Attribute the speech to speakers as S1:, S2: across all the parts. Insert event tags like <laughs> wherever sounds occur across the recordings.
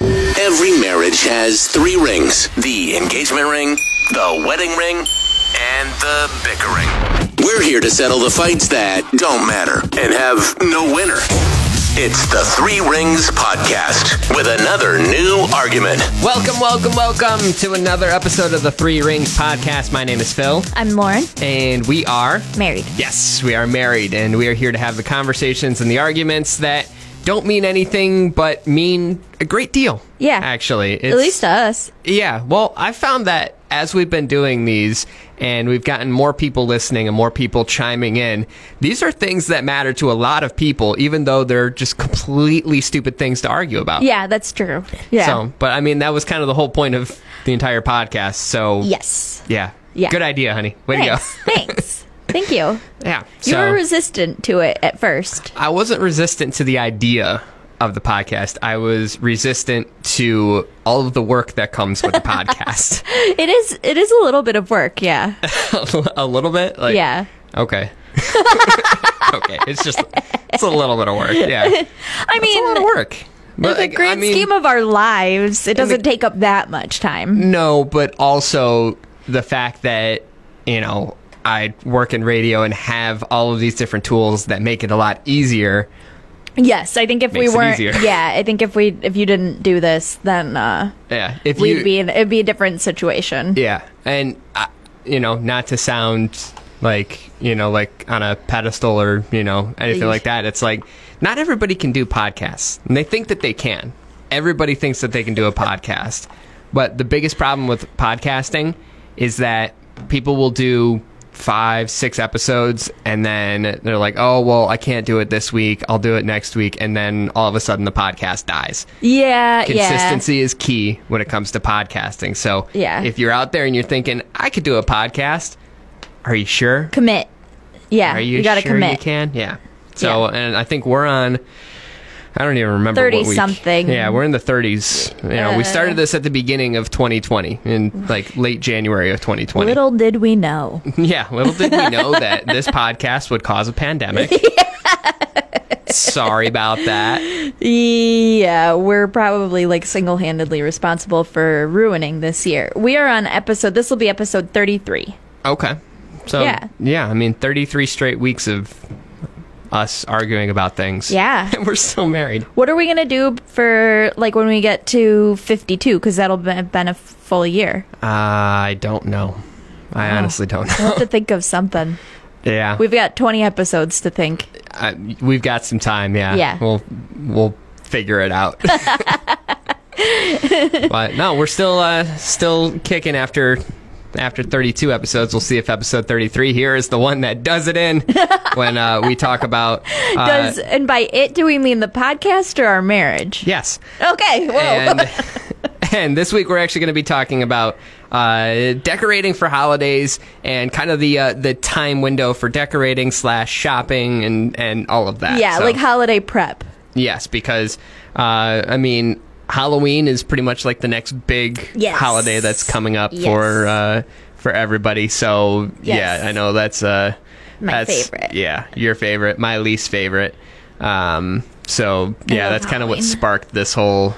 S1: Every marriage has three rings the engagement ring, the wedding ring, and the bickering. We're here to settle the fights that don't matter and have no winner. It's the Three Rings Podcast with another new argument.
S2: Welcome, welcome, welcome to another episode of the Three Rings Podcast. My name is Phil,
S3: I'm Lauren,
S2: and we are,
S3: married.
S2: yes, we are married, and we are here to have the conversations and the arguments that don't mean anything but mean a great deal.
S3: Yeah.
S2: Actually,
S3: At least uh, to us.
S2: Yeah, well, I found that as we've been doing these and we've gotten more people listening and more people chiming in, these are things that matter to a lot of people, even though they're just completely stupid things to argue about.
S3: Yeah, that's true. Yeah.
S2: So, but I mean, that was kind of the whole point of the entire podcast. So,
S3: yes.
S2: yeah,
S3: Yeah.
S2: good idea, honey. Way
S3: Thanks. <laughs> Thanks. Thank you.
S2: to go. yeah.
S3: You
S2: So,
S3: were resistant to it at first.
S2: I wasn't resistant to the idea of the podcast. I was resistant to all of the work that comes with
S3: <laughs>
S2: the podcast. <laughs>
S3: It is it is a little bit of work, yeah.
S2: a little bit, like,
S3: Yeah. <laughs>
S2: Okay. okay. It's just it's a little bit of work. Yeah.
S3: <laughs>
S2: It's
S3: I
S2: a
S3: mean
S2: lot of work.
S3: in the grand scheme of our lives, it doesn't take up that much time.
S2: No, but also the fact that, you know, I work in radio and have all of these different tools that make it a lot easier.
S3: Yes, I think if we
S2: Makes it
S3: weren't
S2: easier.
S3: <laughs> Yeah, I think if we if you didn't do this, then uh
S2: Yeah. If
S3: we'd
S2: you
S3: be in it'd be a different situation.
S2: Yeah. And I, you know, not to sound like, you know, like on a pedestal or, you know, anything like that. It's like not everybody can do podcasts. And they think that they can. Everybody thinks that they can do a podcast. But the biggest problem with podcasting is that people will do five, six episodes, and then they're like, oh, well, I can't do it this week. I'll do it next week. And then all of a sudden the podcast dies
S3: Yeah, yeah.
S2: consistency is key when it comes to podcasting. So
S3: Yeah.
S2: if you're out there and you're thinking, I could do a podcast, are you sure?
S3: Commit. Yeah.
S2: Are you,
S3: gotta
S2: sure
S3: commit.
S2: you can? Yeah. So and I think we're on I don't even remember
S3: 30
S2: what week.
S3: something.
S2: Yeah, we're in the 30s. You know, we
S3: Uh,
S2: started this at the beginning of 2020 in like late January of 2020.
S3: Little did we know.
S2: <laughs> Yeah, little did we know
S3: <laughs>
S2: that this podcast would cause a pandemic. Sorry about that.
S3: Yeah, we're probably like single handedly responsible for ruining this year. We are on episode, this will be episode 33.
S2: Okay. So
S3: Yeah.
S2: yeah, I mean 33 straight weeks of us arguing about things.
S3: Yeah.
S2: And <laughs> we're still married.
S3: <laughs> What are we going to do for like when we get to 52? Because that'll be, have been a full year.
S2: Uh, I don't know. I honestly don't
S3: I
S2: know. <laughs>
S3: have to think of something.
S2: yeah.
S3: Oh. We've got 20 episodes to think.
S2: I, we've got some time, yeah.
S3: Yeah.
S2: We'll we'll figure it out.
S3: <laughs>
S2: <laughs> but no, we're still uh, still kicking after after 32 episodes. We'll see if episode 33 here is the one that does
S3: <laughs>
S2: it in when uh, we talk about uh,
S3: Does And by it, do we mean the podcast or our marriage?
S2: yes.
S3: Okay, whoa.
S2: and <laughs> and this week we're actually going to be talking about uh, decorating for holidays and kind of the uh, the time window for decorating slash shopping and and all of that.
S3: <laughs> yeah,
S2: So, Oh.
S3: like holiday prep.
S2: yes, because uh, I mean Halloween is pretty much like the next big
S3: Yes.
S2: holiday that's coming up
S3: Yes.
S2: for uh, for everybody. So
S3: Yes.
S2: yeah, I know that's uh,
S3: My
S2: that's-
S3: favorite.
S2: Yeah, your favorite, my least favorite. Um, so yeah,
S3: love
S2: that's kind of what
S3: Halloween.
S2: sparked this whole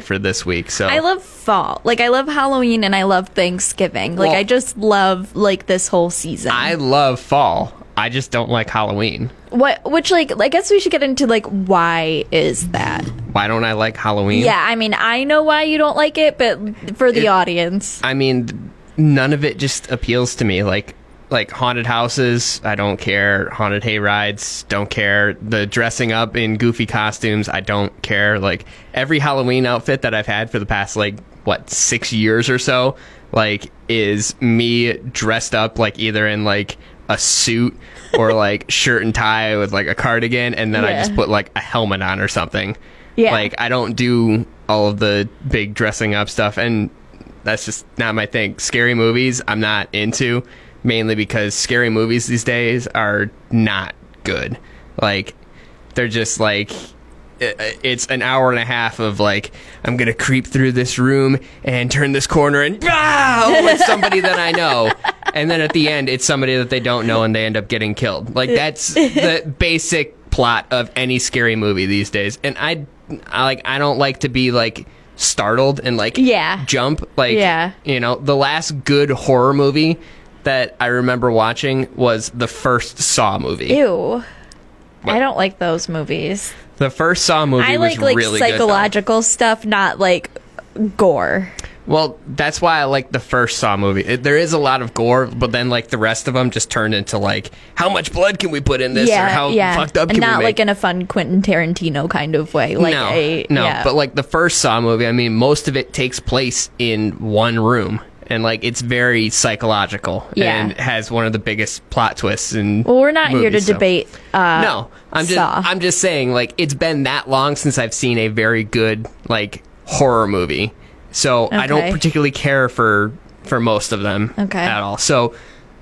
S3: Yeah.
S2: for this week. So
S3: I love fall. Like I love Halloween and I love Thanksgiving. Like
S2: Well-
S3: I just love like this whole season.
S2: I love fall. I just don't like Halloween.
S3: what which like I guess we should get into like why is that?
S2: Why don't I like Halloween?
S3: Yeah, I mean I know why you don't like it, but for the audience.
S2: I mean, th- none of it just appeals to me. Like, like haunted houses, I don't care. Haunted hay rides, don't care. The dressing up in goofy costumes, I don't care. Like every Halloween outfit that I've had for the past like what six years or so, like is me dressed up like either in like a suit or like shirt and tie with like a cardigan, and then I
S3: Yeah.
S2: just put like a helmet on or something.
S3: Yeah.
S2: Like I don't do a all of the big dressing up stuff, and that's just not my thing. Scary movies, I'm not into, mainly because scary movies these days are not good. Like, they're just like i- uh, it's an hour and a half of like I'm gonna creep through this room and turn this corner and ah, <laughs> oh, it's somebody that I know, and then at the end it's somebody that they don't know and they end up getting killed. Like
S3: <laughs>
S2: that's the basic plot of any scary movie these days, and I, I like I don't like to be like startled and like
S3: Yeah.
S2: jump like
S3: Yeah.
S2: you know the last good horror movie that I remember watching was the first Saw movie.
S3: Ew. I don't like those movies.
S2: The first Saw movie
S3: I
S2: was
S3: like like
S2: really good, though.
S3: psychological stuff, not like gore.
S2: Well, that's why I like the first Saw movie. It, there is a lot of gore, but then like the rest of them just turned into like, how much blood can we put in this, or how fucked up
S3: and
S2: can
S3: not
S2: we make?
S3: like in a fun Quentin Tarantino kind of way. Like
S2: no,
S3: a,
S2: no.
S3: yeah.
S2: But like the first Saw movie, I mean, most of it takes place in one room, and like it's very psychological
S3: Yeah.
S2: and has one of the biggest plot twists. And
S3: well, we're not here to debate. Uh,
S2: no, I'm just
S3: Saw.
S2: I'm just saying like it's been that long since I've seen a very good like horror movie. So I don't
S3: Okay.
S2: particularly care for for most of them
S3: Okay.
S2: at all. So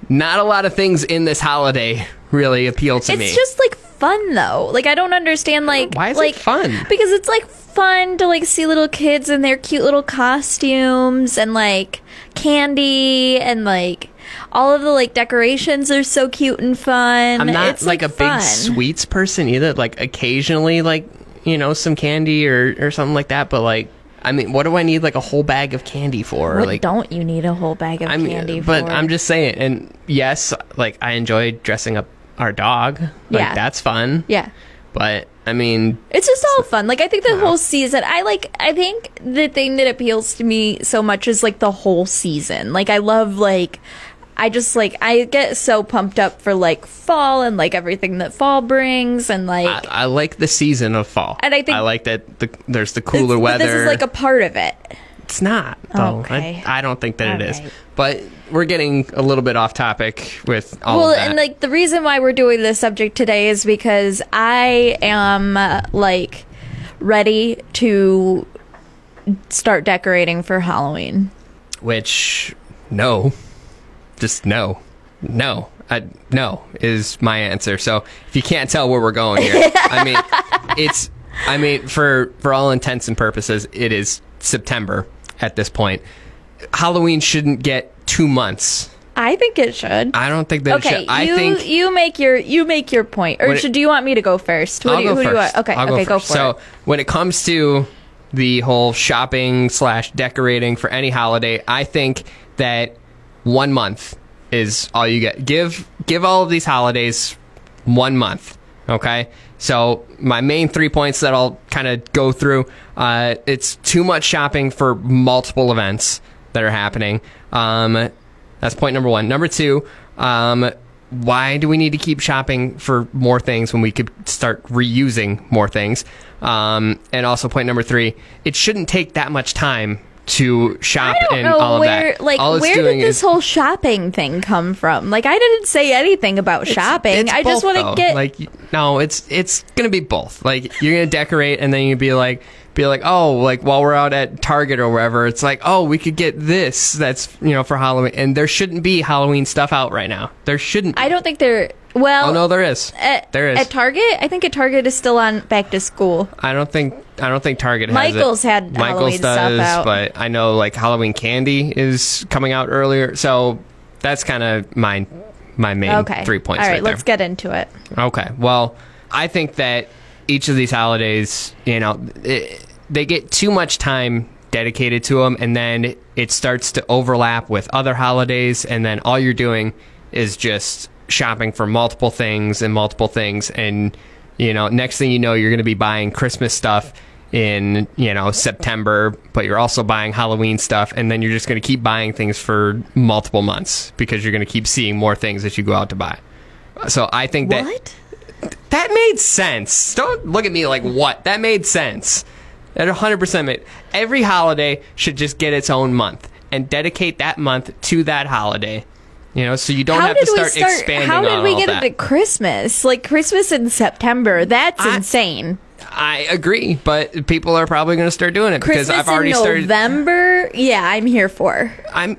S2: not a lot of things in this holiday really appeal to
S3: it's
S2: me.
S3: just like fun though. Like I don't understand. Like
S2: Why is it
S3: like,
S2: fun?
S3: Because it's like fun to like see little kids in their cute little costumes and like candy and like all of the like decorations are so cute and fun.
S2: I'm not
S3: it's,
S2: like, a big
S3: fun.
S2: sweets person either. Like occasionally like, you know, some candy or or something like that, but like I mean, what do I need like a whole bag of candy for?
S3: What
S2: like
S3: don't you need a whole bag of
S2: I mean,
S3: candy
S2: but
S3: for?
S2: I'm just saying. And yes, like I enjoy dressing up our dog. Like
S3: Yeah.
S2: that's fun.
S3: yeah.
S2: But I mean,
S3: It's just all fun. Like I think the whole season. I like. I think the thing that appeals to me so much is like the whole season. Like I love like. I just like I get so pumped up for like fall and like everything that fall brings and like
S2: I, I like the season of fall.
S3: And I think-
S2: I like that the, there's the
S3: it's-
S2: cooler weather.
S3: This is like a part of it.
S2: it's not though.
S3: Okay.
S2: I, I don't think that it is.
S3: Alright.
S2: But we're getting a little bit off topic with all
S3: well
S2: of that.
S3: and like the reason why we're doing this subject today is because i am uh, like ready to start decorating for halloween
S2: Which no, just no, no. I, no is my answer. So if you can't tell where we're going here, I
S3: <laughs>
S2: mean, it's. I mean, for for all intents and purposes, it is September at this point. Halloween shouldn't get two months.
S3: i think it should
S2: I don't think that. it
S3: okay
S2: should. I
S3: you
S2: think
S3: you make your you make your point or
S2: What it-
S3: should, do you want me to go first What
S2: I'll
S3: do you,
S2: go
S3: who do you want?
S2: first.
S3: okay
S2: I'll
S3: okay go,
S2: first.
S3: for
S2: so
S3: it
S2: when it comes to the whole shopping slash decorating for any holiday, I think that one month is all you get. Give give all of these holidays one month. Okay. So my main three points that I'll kind of go through. Uh, it's too much shopping for multiple events that are happening. Um, that's point number one. Number two, um, why do we need to keep shopping for more things when we could start reusing more things? Um, and also, point number three, it shouldn't take that much time to shop
S3: I don't
S2: and
S3: know
S2: all of
S3: where,
S2: that.
S3: like,
S2: all it's
S3: where
S2: doing
S3: did this
S2: is,
S3: whole shopping thing come from? Like, I didn't say anything about shopping.
S2: It's
S3: I just
S2: both,
S3: want to
S2: though.
S3: get
S2: like y- no, it's it's gonna be both. Like you're gonna decorate and then you'd be like be like oh like while we're out at Target or wherever, it's like oh we could get this that's you know for Halloween and there shouldn't be Halloween stuff out right now. There shouldn't. Be.
S3: I don't think they're well.
S2: Oh no, there is.
S3: at,
S2: there is.
S3: at Target. I think at Target is still on back to school.
S2: I don't think I don't think Target has it.
S3: Michael's had Halloween
S2: Michael's
S3: stuff
S2: does,
S3: out.
S2: but I know like Halloween candy is coming out earlier, so that's kind of my my main
S3: Okay,
S2: three points.
S3: All right,
S2: right there.
S3: let's get into it.
S2: Okay. Well, I think that each of these holidays, you know, it, they get too much time dedicated to them, and then it starts to overlap with other holidays, and then all you're doing is just shopping for multiple things and multiple things, and you know, next thing you know, you're going to be buying Christmas stuff in you know September, but you're also buying Halloween stuff, and then you're just going to keep buying things for multiple months because you're going to keep seeing more things that you go out to buy. So I think that
S3: What?
S2: that made sense. Don't look at me like what. That made sense. That 100% made. Every holiday should just get its own month and dedicate that month to that holiday. You know, so you don't
S3: How
S2: have
S3: did
S2: to start,
S3: we start?
S2: expanding
S3: How
S2: on
S3: did we
S2: all
S3: get
S2: that.
S3: into Christmas? Like Christmas in September? That's
S2: I-
S3: insane.
S2: I agree, but people are probably going to start doing it
S3: Christmas
S2: because I've already
S3: in
S2: started.
S3: November. Yeah, I'm here for.
S2: I'm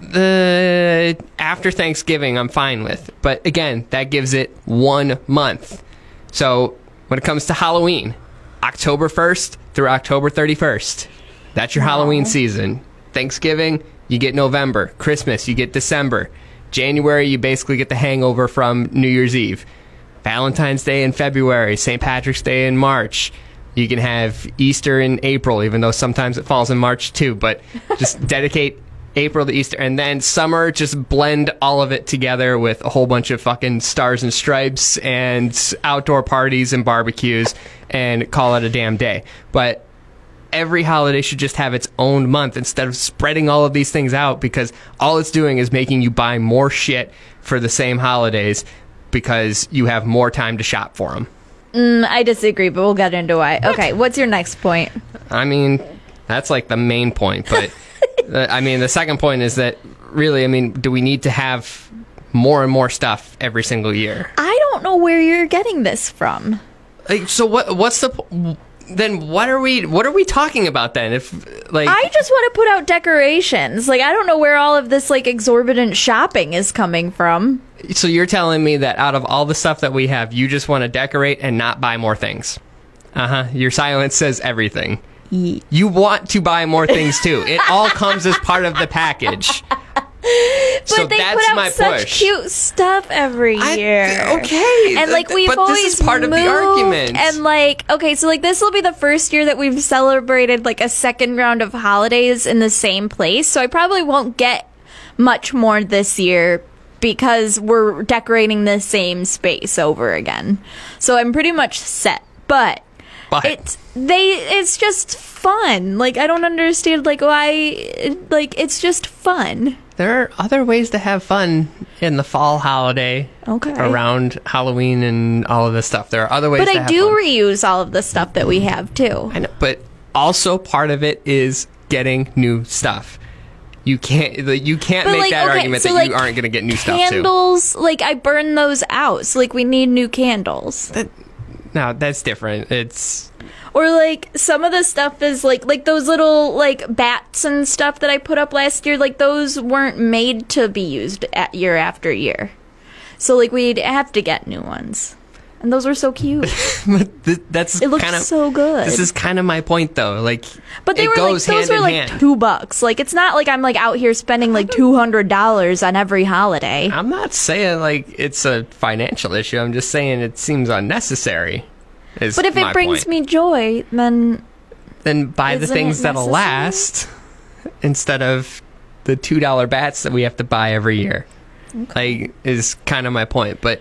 S2: the after Thanksgiving. I'm fine with, but again, that gives it one month. So when it comes to Halloween, October first through October thirty first, that's your Halloween season. Thanksgiving, you get November. Christmas, you get December. January, you basically get the hangover from New Year's Eve. Valentine's Day in February, St. Patrick's Day in March. You can have Easter in April, even though sometimes it falls in March too, but just dedicate April to Easter. And then summer, just blend all of it together with a whole bunch of fucking stars and stripes and outdoor parties and barbecues and call it a damn day. But every holiday should just have its own month instead of spreading all of these things out because all it's doing is making you buy more shit for the same holidays because you have more time to shop for them.
S3: Mm, I disagree, but we'll get into why. Okay, what's your next point?
S2: I mean, that's like the main point, but
S3: <laughs>
S2: uh, I mean, the second point is that really, I mean, do we need to have more and more stuff every single year?
S3: I don't know where you're getting this from.
S2: Like, so what what's the po- then what are we what are we talking about then if like
S3: I just want to put out decorations. Like I don't know where all of this like exorbitant shopping is coming from.
S2: So you're telling me that out of all the stuff that we have, you just want to decorate and not buy more things. Uh huh. Your silence says everything. You want to buy more things too. It all comes as part of the package.
S3: <laughs> But
S2: so
S3: they
S2: that's
S3: put out
S2: my
S3: such
S2: push.
S3: cute stuff every
S2: I-
S3: year.
S2: okay,
S3: and like
S2: th-
S3: we've
S2: but
S3: always
S2: this is part of the
S3: moved,
S2: argument.
S3: And like okay, so like this will be the first year that we've celebrated like a second round of holidays in the same place. So I probably won't get much more this year because we're decorating the same space over again. So I'm pretty much set. But
S2: But
S3: it's they it's just fun. Like I don't understand like why like it's just fun.
S2: there are other ways to have fun in the fall holiday.
S3: Okay.
S2: Around Halloween and all of this stuff. There are other ways
S3: But
S2: to
S3: I
S2: have
S3: do
S2: fun.
S3: reuse all of the stuff that we have too.
S2: I know, but also part of it is getting new stuff. You can't like, you can't
S3: But
S2: make
S3: like,
S2: that
S3: okay,
S2: argument
S3: so
S2: that
S3: like
S2: you aren't going to get new stuff too.
S3: Candles, like I burn those out. So like we need new candles.
S2: No, that's different. It's <laughs>
S3: Or like some of the stuff is like like those little like bats and stuff that I put up last year, like those weren't made to be used at year after year. So like we'd have to get new ones. And those were so cute.
S2: <laughs> but th- that's
S3: It looks
S2: kind of
S3: so good.
S2: This is kind of my point though. Like,
S3: But they
S2: it
S3: were like
S2: goes
S3: those
S2: hand
S3: were
S2: in
S3: like
S2: hand.
S3: two bucks. Like it's not like I'm like out here spending like two hundred dollars on every holiday.
S2: I'm not saying like it's a financial issue. I'm just saying it seems unnecessary. Is
S3: But if it
S2: my
S3: brings
S2: point.
S3: me joy, then
S2: then buy the
S3: Isn't
S2: things
S3: it
S2: that'll
S3: necessary?
S2: last instead of the two dollar bats that we have to buy every year. Like is kind of my point, but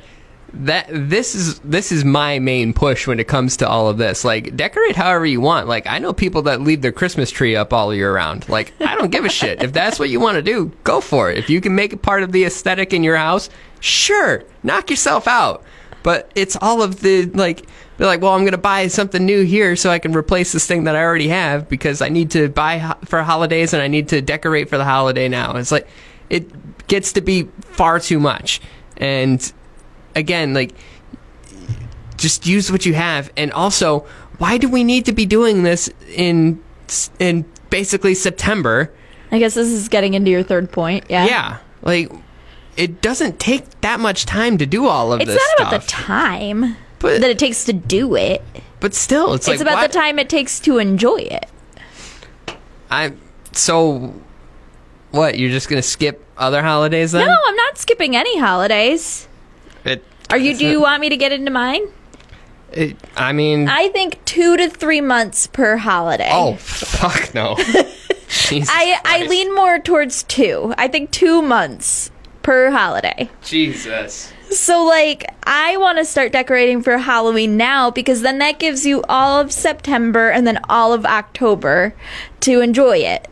S2: that this is this is my main push when it comes to all of this. Like decorate however you want. Like I know people that leave their Christmas tree up all year round. Like I don't give a shit. If that's what you want to do, go for it. If you can make it part of the aesthetic in your house, sure, knock yourself out. But it's all of the like they're like, well, I'm going to buy something new here so I can replace this thing that I already have because I need to buy ho- for holidays and I need to decorate for the holiday now. It's like it gets to be far too much. And again, like just use what you have. And also, why do we need to be doing this in in basically September?
S3: I guess this is getting into your third point. Yeah.
S2: Yeah, like it doesn't take that much time to do all of
S3: It's
S2: this
S3: not about the
S2: stuff.
S3: time
S2: But-
S3: that it takes to do it. It's,
S2: but still, it's, like
S3: about
S2: why-
S3: the time it takes to enjoy it.
S2: I so what? You're just gonna skip other holidays then?
S3: No, I'm not skipping any holidays.
S2: It,
S3: Are you do you want me to get into mine?
S2: it, I mean,
S3: I think 2 to 3 months per holiday.
S2: oh fuck
S3: <laughs>
S2: no. Jesus
S3: I, I
S2: Christ.
S3: lean more towards 2. I think 2 months per holiday.
S2: Jesus.
S3: So, like, I want to start decorating for Halloween now because then that gives you all of September and then all of October to enjoy it.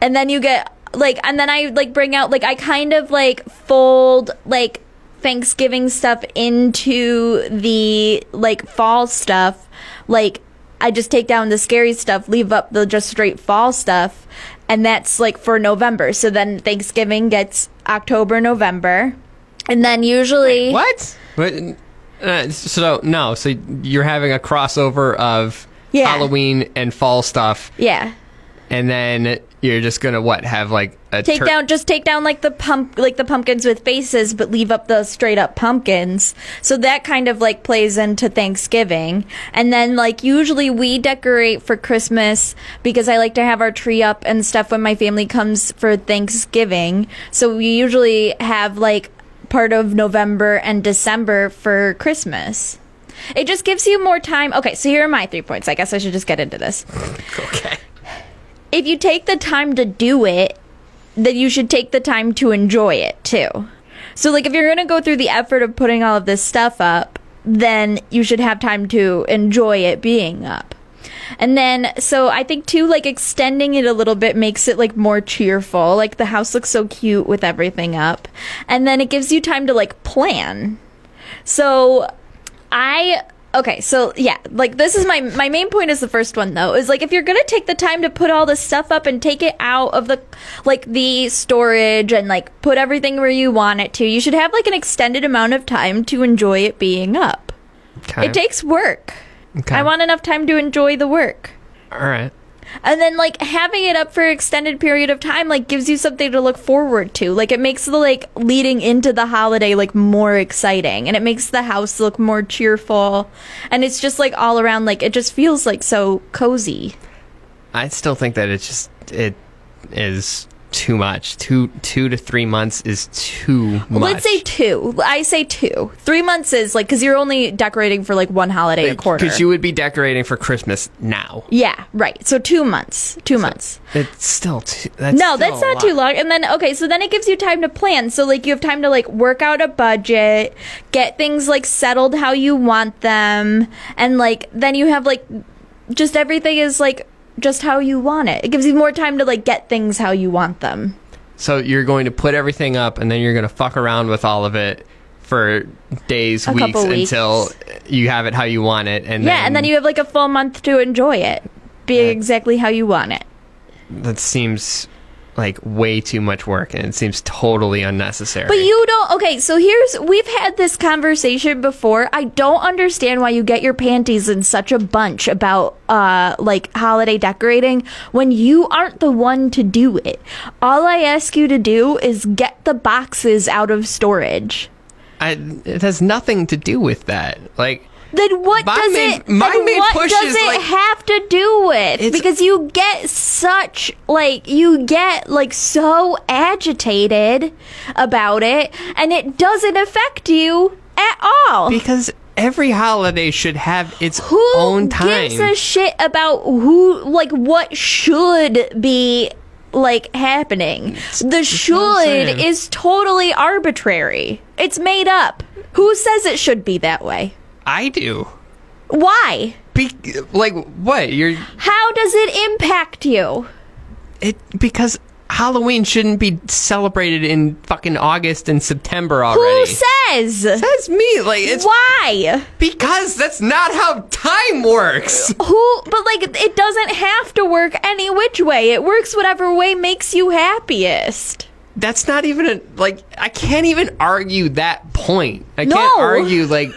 S3: And then you get, like, and then I, like, bring out, like, I kind of, like, fold, like, Thanksgiving stuff into the, like, fall stuff. Like, I just take down the scary stuff, leave up the just straight fall stuff. And that's, like, for November. So then Eh. Thanksgiving gets October, November. And then usually,
S2: What? But Uh, so no, so you're having a crossover of
S3: Yeah.
S2: Halloween and fall stuff,
S3: Yeah.
S2: and then you're just gonna what have like a
S3: Take
S2: tur-
S3: down just take down like the pump like the pumpkins with faces but leave up the straight up pumpkins. So that kind of like plays into Thanksgiving. And then like usually we decorate for Christmas because I like to have our tree up and stuff when my family comes for Thanksgiving. So we usually have like part of November and December for Christmas. It just gives you more time. Okay, so here are my three points. I guess I should just get into this.
S2: Okay.
S3: if you take the time to do it, then you should take the time to enjoy it too. So, like, if you're going to go through the effort of putting all of this stuff up, then you should have time to enjoy it being up. And then, so I think too, like, extending it a little bit makes it, like, more cheerful. Like, the house looks so cute with everything up. And then it gives you time to, like, plan. So, I okay, so yeah, like this is my my main point is the first one though. Is like if you're going to take the time to put all this stuff up and take it out of the like the storage and like put everything where you want it to, you should have like an extended amount of time to enjoy it being up.
S2: Okay.
S3: It takes work.
S2: Okay.
S3: I want enough time to enjoy the work.
S2: All right.
S3: And then like having it up for an extended period of time like gives you something to look forward to. Like it makes the like leading into the holiday like more exciting and it makes the house look more cheerful and it's just like all around like it just feels like so cozy.
S2: I still think that it's just it is too much. Two two to three months is too much.
S3: Let's say 2. I say 2. 3 months is like cuz you're only decorating for like one holiday a quarter.
S2: because you would be decorating for Christmas now.
S3: yeah, right. So 2 months. 2 months.
S2: It's still too. That's
S3: No,
S2: still
S3: that's
S2: a
S3: not
S2: lot.
S3: too long. And then okay, so then it gives you time to plan. So like you have time to like work out a budget, get things like settled how you want them, and like then you have like just everything is like just how you want it. It gives you more time to like get things how you want them.
S2: So you're going to put everything up, and then you're going to fuck around with all of it for days,
S3: A
S2: weeks,
S3: couple weeks.
S2: until you have it how you want it. And
S3: yeah, and then you have like a full month to enjoy it. Being exactly how you want it.
S2: that seems like way too much work, and it seems totally unnecessary.
S3: But you don't. Okay, so here's we've had this conversation before. I don't understand why you get your panties in such a bunch about uh like holiday decorating when you aren't the one to do it. All I ask you to do is get the boxes out of storage.
S2: I, it has nothing to do with that. Like
S3: Then what
S2: My
S3: does
S2: main-
S3: it?
S2: my
S3: then
S2: main
S3: what
S2: push
S3: does
S2: is,
S3: it
S2: like-
S3: have to do with?
S2: It's-
S3: Because you get such like you get like so agitated about it, and it doesn't affect you at all.
S2: because every holiday should have its
S3: who
S2: own time.
S3: gives a shit about who like what should be like happening the
S2: what I'm
S3: should
S2: saying.
S3: is totally arbitrary it's made up who says it should be that way
S2: I do.
S3: why
S2: Be, like what? You're
S3: how does it impact you
S2: it because Halloween shouldn't be celebrated in fucking August and September already.
S3: who says
S2: That's me. Like it's
S3: why
S2: because that's not how
S3: <laughs>
S2: time works.
S3: who but like it doesn't have to work any which way it works whatever way makes you happiest
S2: That's not even a like. I can't even argue that point. I
S3: No.
S2: can't argue like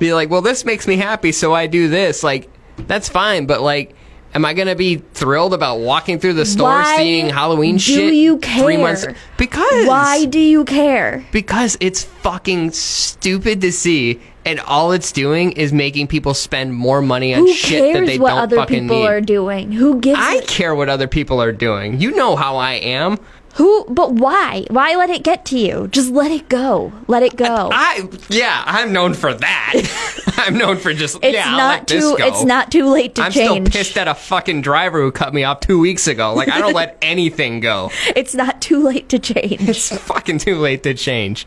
S2: be like, well, this makes me happy, so I do this. Like that's fine, but like. Am I gonna be thrilled about walking through the store
S3: Why
S2: seeing Halloween
S3: do
S2: shit?
S3: you
S2: Three months
S3: care?
S2: because
S3: why do you care
S2: Because it's fucking stupid to see, and all it's doing is making people spend more money on
S3: who
S2: shit that
S3: cares
S2: they
S3: what
S2: don't
S3: other
S2: fucking
S3: people
S2: need.
S3: are doing who gives
S2: I
S3: a-
S2: care what other people are doing. You know how I am.
S3: Who? But why? Why let it get to you? Just let it go. Let it go.
S2: I yeah, I'm known
S3: <laughs>
S2: for that. I'm known for just
S3: it's
S2: yeah. I'll
S3: not
S2: let this
S3: too.
S2: go.
S3: It's not too late to
S2: I'm
S3: change.
S2: still pissed at a fucking driver who cut me off two weeks ago. Like I
S3: <laughs>
S2: don't let anything go.
S3: it's not too late to change.
S2: It's fucking too late to change.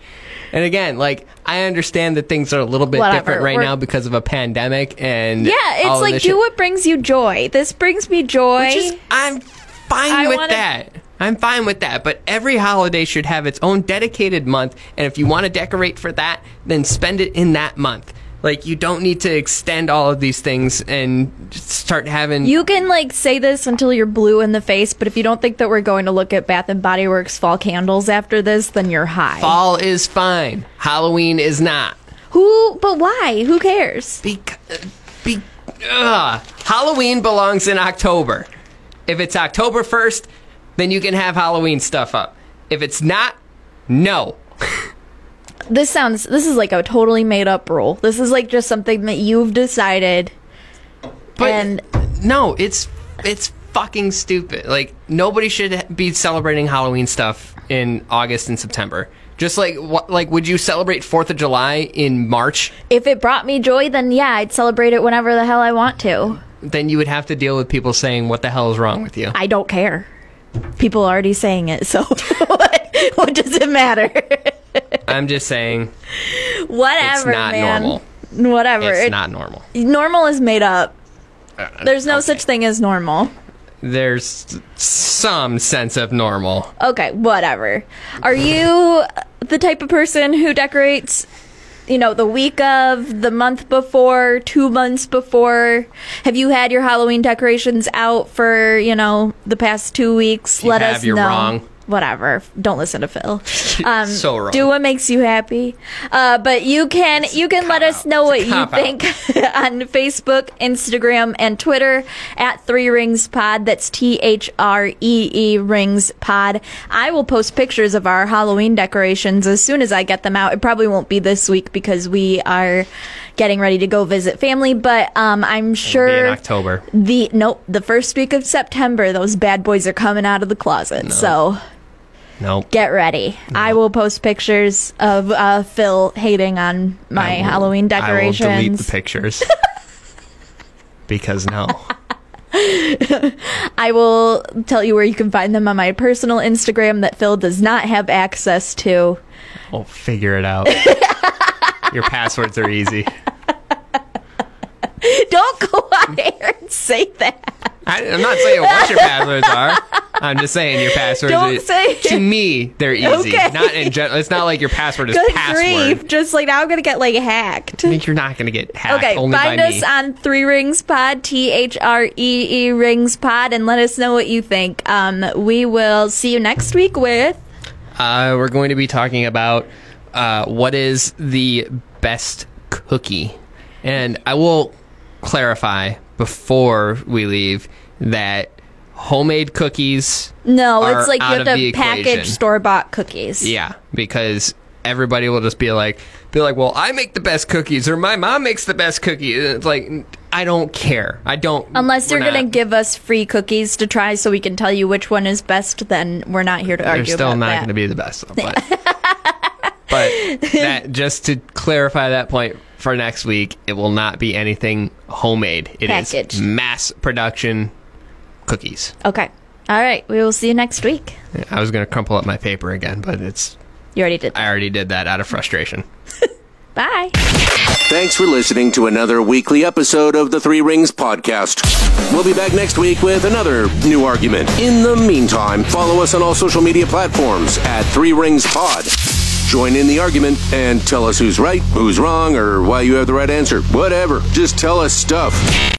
S2: And again, like I understand that things are a little bit
S3: Whatever,
S2: different right
S3: we're-
S2: now because of a pandemic and
S3: yeah,
S2: all
S3: it's
S2: of
S3: like
S2: this
S3: do
S2: shit.
S3: what brings you joy. This brings me joy.
S2: Which is- I'm fine
S3: I
S2: with
S3: wanna-
S2: that. I'm fine with that. But every holiday should have its own dedicated month. And if you want to decorate for that, then spend it in that month. Like, you don't need to extend all of these things and just start having.
S3: you can like say this until you're blue in the face, but if you don't think that we're going to look at Bath and Body Works fall candles after this, then you're high.
S2: Fall is fine, Halloween is not.
S3: Who? But why? Who cares?
S2: Be, be, ugh. Halloween belongs in October. If it's October 1st, then you can have Halloween stuff up. If it's not, no.
S3: This sounds. This is like a totally made up rule. This is like just something that you've decided.
S2: But
S3: And-
S2: no, it's it's fucking stupid. Like nobody should be celebrating Halloween stuff in August and September. Just like what like would you celebrate 4th of July in March?
S3: If it brought me joy, then yeah, I'd celebrate it whenever the hell I want to.
S2: Then you would have to deal with people saying what the hell is wrong with you.
S3: I don't care. People are already saying it, so <laughs> what, what does it matter?
S2: I'm just saying
S3: Whatever,
S2: not
S3: man.
S2: normal.
S3: Whatever.
S2: it's
S3: It-
S2: not Uh, normal.
S3: normal is made up. There's no such thing as normal.
S2: There's some sense of normal.
S3: Okay, whatever. Are you the type of person who decorates, you know, the week of, the month before, two months before? Have you had your Halloween decorations out for, you know, the past two weeks?
S2: you
S3: Let
S2: have,
S3: us
S2: you're
S3: know.
S2: wrong.
S3: Whatever. Don't listen to Phil. Um,
S2: So wrong.
S3: Do what makes you happy. Uh, but you can you can let us know what
S2: It's a
S3: you
S2: cop-out.
S3: think <laughs> on Facebook, Instagram, and Twitter at Three Rings Pod. That's T H R E E Rings Pod. I will post pictures of our Halloween decorations as soon as I get them out. It probably won't be this week because we are getting ready to go visit family. But um, I'm
S2: Be in
S3: sure
S2: October.
S3: the nope the first week of September those bad boys are coming out of the closet. So
S2: Nope.
S3: get ready. I will post pictures of uh, Phil hating on my
S2: I will-
S3: Halloween
S2: I will delete the
S3: decorations. <laughs>
S2: pictures. because no.
S3: I will tell you where you can find them on my personal Instagram that Phil does not have access to. <laughs>
S2: We'll figure it out. <laughs> Your passwords are easy.
S3: Don't go <laughs> on air and say that.
S2: I, I'm not saying what your passwords are. I'm just saying your passwords
S3: Don't
S2: are e-,
S3: say
S2: to
S3: it.
S2: me they're easy.
S3: Okay.
S2: Not in general. It's not like your password is
S3: Good
S2: password.
S3: grief. Just like now I'm going to get like hacked.
S2: I think you're not going to get hacked.
S3: Okay,
S2: only
S3: find
S2: by
S3: us
S2: me.
S3: on Three Rings Pod, T H R E E Rings Pod, and let us know what you think. Um, we will see you next week with
S2: Uh, we're going to be talking about uh, what is the best cookie. And I will clarify before we leave that homemade cookies.
S3: no.
S2: are
S3: it's like you
S2: out
S3: have
S2: of the
S3: to package
S2: equation.
S3: store bought cookies.
S2: Yeah, because everybody will just be like, be like, well, I make the best cookies, or my mom makes the best cookies. And It's like I don't care. I don't.
S3: Unless
S2: we're
S3: you're going to
S2: not-
S3: give us free cookies to try so we can tell you which one is best, then we're not here to
S2: they're
S3: argue
S2: still
S3: about
S2: not
S3: that.
S2: going to be the best. though,
S3: <laughs>
S2: But, but that just to clarify that point for next week, it will not be anything homemade. It is
S3: Packaged.
S2: mass production cookies.
S3: okay. All right. We will see you next week.
S2: I was going to crumple up my paper again, but it's
S3: You already did.
S2: I
S3: That.
S2: already did that out of frustration.
S3: Bye.
S1: Thanks for listening to another weekly episode of the Three Rings Podcast. We'll be back next week with another new argument. In the meantime, follow us on all social media platforms at Three Rings Pod. Join in the argument and tell us who's right, who's wrong, or why you have the right answer. Whatever. Just tell us stuff.